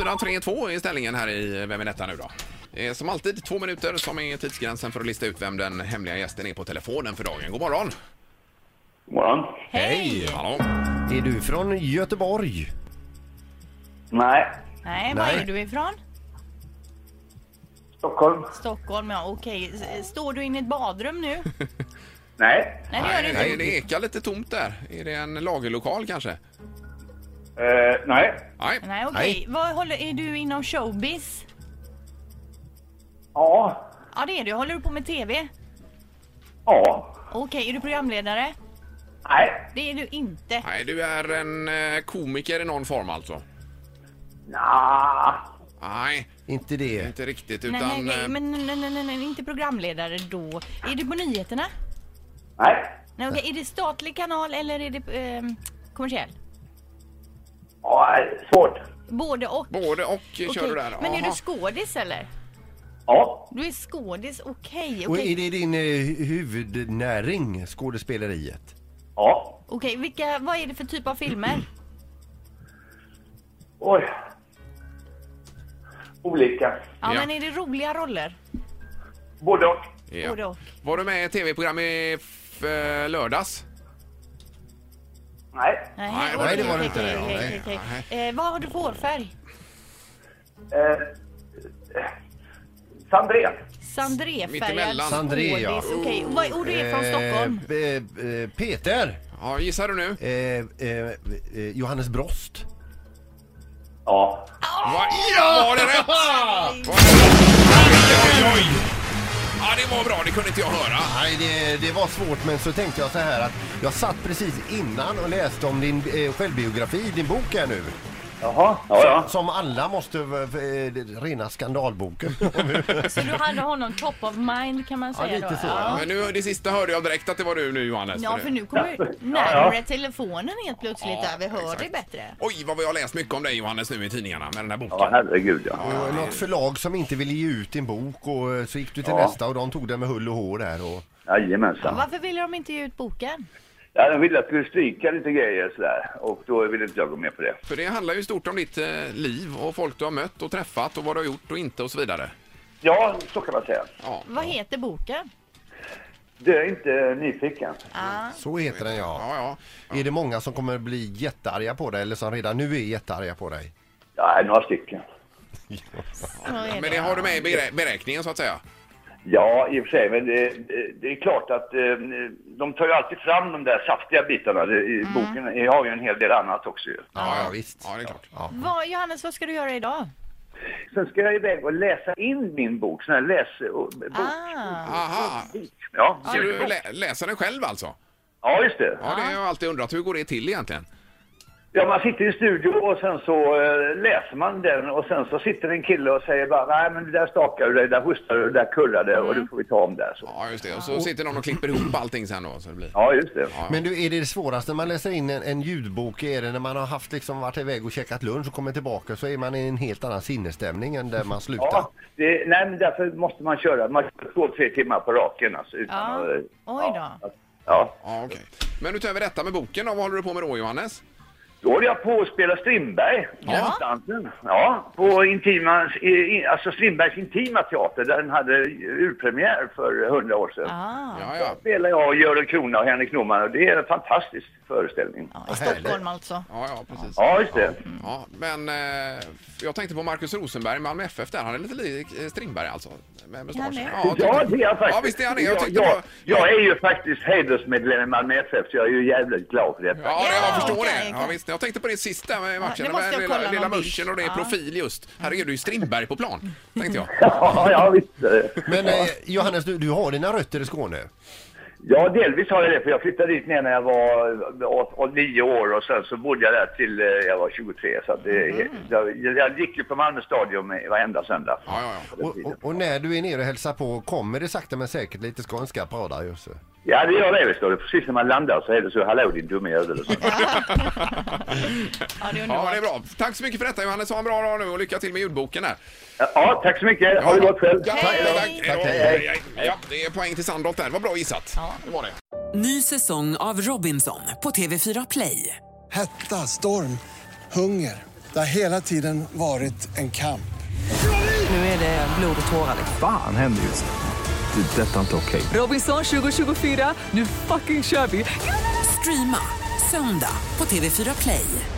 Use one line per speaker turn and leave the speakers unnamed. Mellan 3 och 2 är ställningen här i Vem är detta nu då? Eh, Som alltid två minuter som är tidsgränsen för att lista ut vem den hemliga gästen är på telefonen för dagen. God morgon!
God morgon.
Hej!
Hallå!
Är du från Göteborg?
Nej,
Nej, var
Nej.
är du ifrån?
Stockholm.
Stockholm, ja okej. S- Står du inne i ett badrum nu?
Nej.
Nej, det gör du
Nej,
inte.
det ekar lite tomt där. Är det en lagerlokal kanske?
Eh, nej.
Nej.
Nej,
Nej.
okej. Vad håller, är du inom showbiz?
Ja.
Ja, det är du. Håller du på med TV?
Ja.
Okej, är du programledare?
Nej.
Det är du inte.
Nej, du är en eh, komiker i någon form alltså?
Nja.
Nej,
Inte det.
inte riktigt
Nej, nej,
utan...
nej,
eh,
men nej, nej, nej, nej, inte programledare då. Är du på nyheterna?
Nej.
Nej, okej. Är det statlig kanal eller är det eh, kommersiell?
Ja, nej, svårt.
Både och.
Både och eh, kör
Okej,
du där.
Men är
Jaha.
du skådis eller?
Ja.
Du är skådis, okej.
Och
okej.
är det din eh, huvudnäring, skådespeleriet?
Ja.
Okej, vilka, vad är det för typ av filmer?
Oj. Olika.
Ja,
Ja.
men är det roliga roller?
Både och.
Ja.
Både och.
Var du med i ett tv-program i f- eh, lördags?
Nej.
Nej,
okej,
nej, det var det
okej,
inte.
okej,
Nej,
okej, okej. Eh, vad har du för hårfärg?
Eh, eh, Sandrén.
Sandré-färgad
Mittemellan.
Sandré,
skådis.
ja.
Okej, och vad- och du är från
Eh,
Stockholm?
eh, eh, Peter!
Ja, gissar du nu?
Eh, eh, eh, Johannes Brost.
Ja.
Ah!
Va? Ja! Var det rätt? Var det rätt? Oj, oj, oj. Ja, det var bra. Det kunde inte jag höra.
Nej, det, det var svårt, men så tänkte jag så här att jag satt precis innan och läste om din eh, självbiografi, din bok här nu.
Jaha. Ja, ja.
Som alla måste, eh, rena skandalboken.
Så du hade honom top of mind kan man
ja,
säga
lite
då?
så.
Ja.
Ja.
Men nu, det sista hörde jag direkt att det var du nu, Johannes.
Ja, för nu kommer
Ja,
närmare
ja.
telefonen helt plötsligt.
Ja,
där. Vi hör
exakt.
dig bättre.
Oj, vad vi har läst mycket om dig, Johannes, nu i tidningarna med den här boken.
Ja, herregud ja.
Och Något förlag som inte ville ge ut din bok och eh, så gick du till
Ja.
nästa och de tog den med hull och hår där. Och...
Jajamensan.
Varför ville de inte ge ut boken?
Ja, de ville att jag skulle stryka lite grejer sådär. Och då ville inte jag gå med på det.
För det handlar ju stort om ditt eh, liv och folk du har mött och träffat och vad du har gjort och inte och så vidare.
Ja, så kan man säga.
Ja.
Vad heter boken?
Det är inte nyfiken.
Ah,
Så heter den ja.
Ja, ja.
Är det många som kommer bli jättearga på dig eller som redan nu är jättearga på dig?
Ja, några stycken.
så är
Men det
det.
har du med i berä- beräkningen, så att säga.
Ja, i och för sig. Men det, det är klart att eh, de tar ju alltid fram de där saftiga bitarna. Det, i Boken jag har ju en hel del annat också ju.
Ja, ja visst.
Ja, det är klart.
Ja.
Vad, Johannes, vad ska du göra idag?
Sen ska jag iväg och läsa in min bok. Sån här läs... och- Bok.
Ah,
Aha.
Ja,
Så du lä- läser den själv alltså?
ja, just det.
Ja, det har jag alltid undrat. Hur går det till egentligen?
Ja, man sitter i studio och sen så eh, läser man den och sen så sitter en kille och säger bara nej men det där stakar du dig, där hostar du, där kurrar du och du får vi ta om där. Så.
Ja, just det. Och så sitter någon och klipper ihop allting sen då, så det blir...
Ja, just det.
Men du, är det det svåraste när man läser in en, en ljudbok? Är det när man har haft liksom varit iväg och käkat lunch och kommer tillbaka så är man i en helt annan sinnesstämning än där man slutar?
Ja, det, nej, men därför måste man köra. Man kör två, tre timmar på raken alltså. Utan
Ja.
att, eh,
Oj då.
Ja, ja.
Ja, okej. Men utöver detta med boken då, vad håller du på med då, Johannes?
Då håller jag på att spela Strindberg.
Ja.
Dansdansen. Ja, på intima, i- i- alltså Strindbergs intima teater där den hade urpremiär för hundra år sedan.
Ah,
Ja, ja.
spelar jag Göran Krona och Henrik Norman och det är en fantastisk föreställning.
ja, I
Vad härligt.
Stockholm alltså.
Ja, ja, precis.
Ja, just det.
Ja, men eh, jag tänkte på Markus Rosenberg, Malmö FF där. Han är lite lik eh, Strindberg alltså. Med mustasch.
Ja, det är.
jag
Ja,
tyckte-
det är jag faktiskt.
Ja, visst är han det. Jag tyckte
jag,
det var-
jag är ju faktiskt hedersmedlem i Malmö FF så jag är ju jävligt glad för detta.
Ja, det, jag
Ja,
förstår
okej,
det. Ja,
okej.
visst. Jag tänkte på det sista med matchen.
det måste
med
jag
lilla,
kolla
lilla
någon bild.
muschen och det är
Ja.
profil just. Här är du ju Strindberg på plan, tänkte jag.
Ja, ja visst. eh.
Men eh, Johannes, du, du har dina rötter i Skåne?
Ja, delvis har jag det, för jag flyttade dit ner när jag var eh, åt- åt nio år och sen så bodde jag där till eh, jag var 23. Så att det,
Mm.
jag, jag gick ju på Malmö stadion i- varenda söndag.
Ja, ja, ja.
Och, och, och när du är nere och hälsar på kommer det sakta men säkert lite skånska på dig Jussi?
Ja, det gör det förstår du. Precis när man landar så är det så, hallå din dumme jävel. Och så.
Ja, det är
Ja, det är
underbart.
bra. Tack så mycket för detta Johannes. Ha en bra dag nu och lycka till med ljudboken här.
Ja, tack så mycket. Ha det gott själv.
Ja,
Hej.
tack, tack.
Tack,
Hej,
hej.
hej, hej. Ja, det är poäng till Sandholt där. Vad bra gissat.
Ja.
Det var det.
Ny säsong av Robinson på TV4 Play.
Hetta, storm, hunger.
Det har hela tiden varit en kamp.
Nu är det blod och tårar. liksom.
Fan händer just nu. det. är Detta är inte okej.
Robinson 2024, nu fucking kör vi!
Streama söndag på TV4 Play.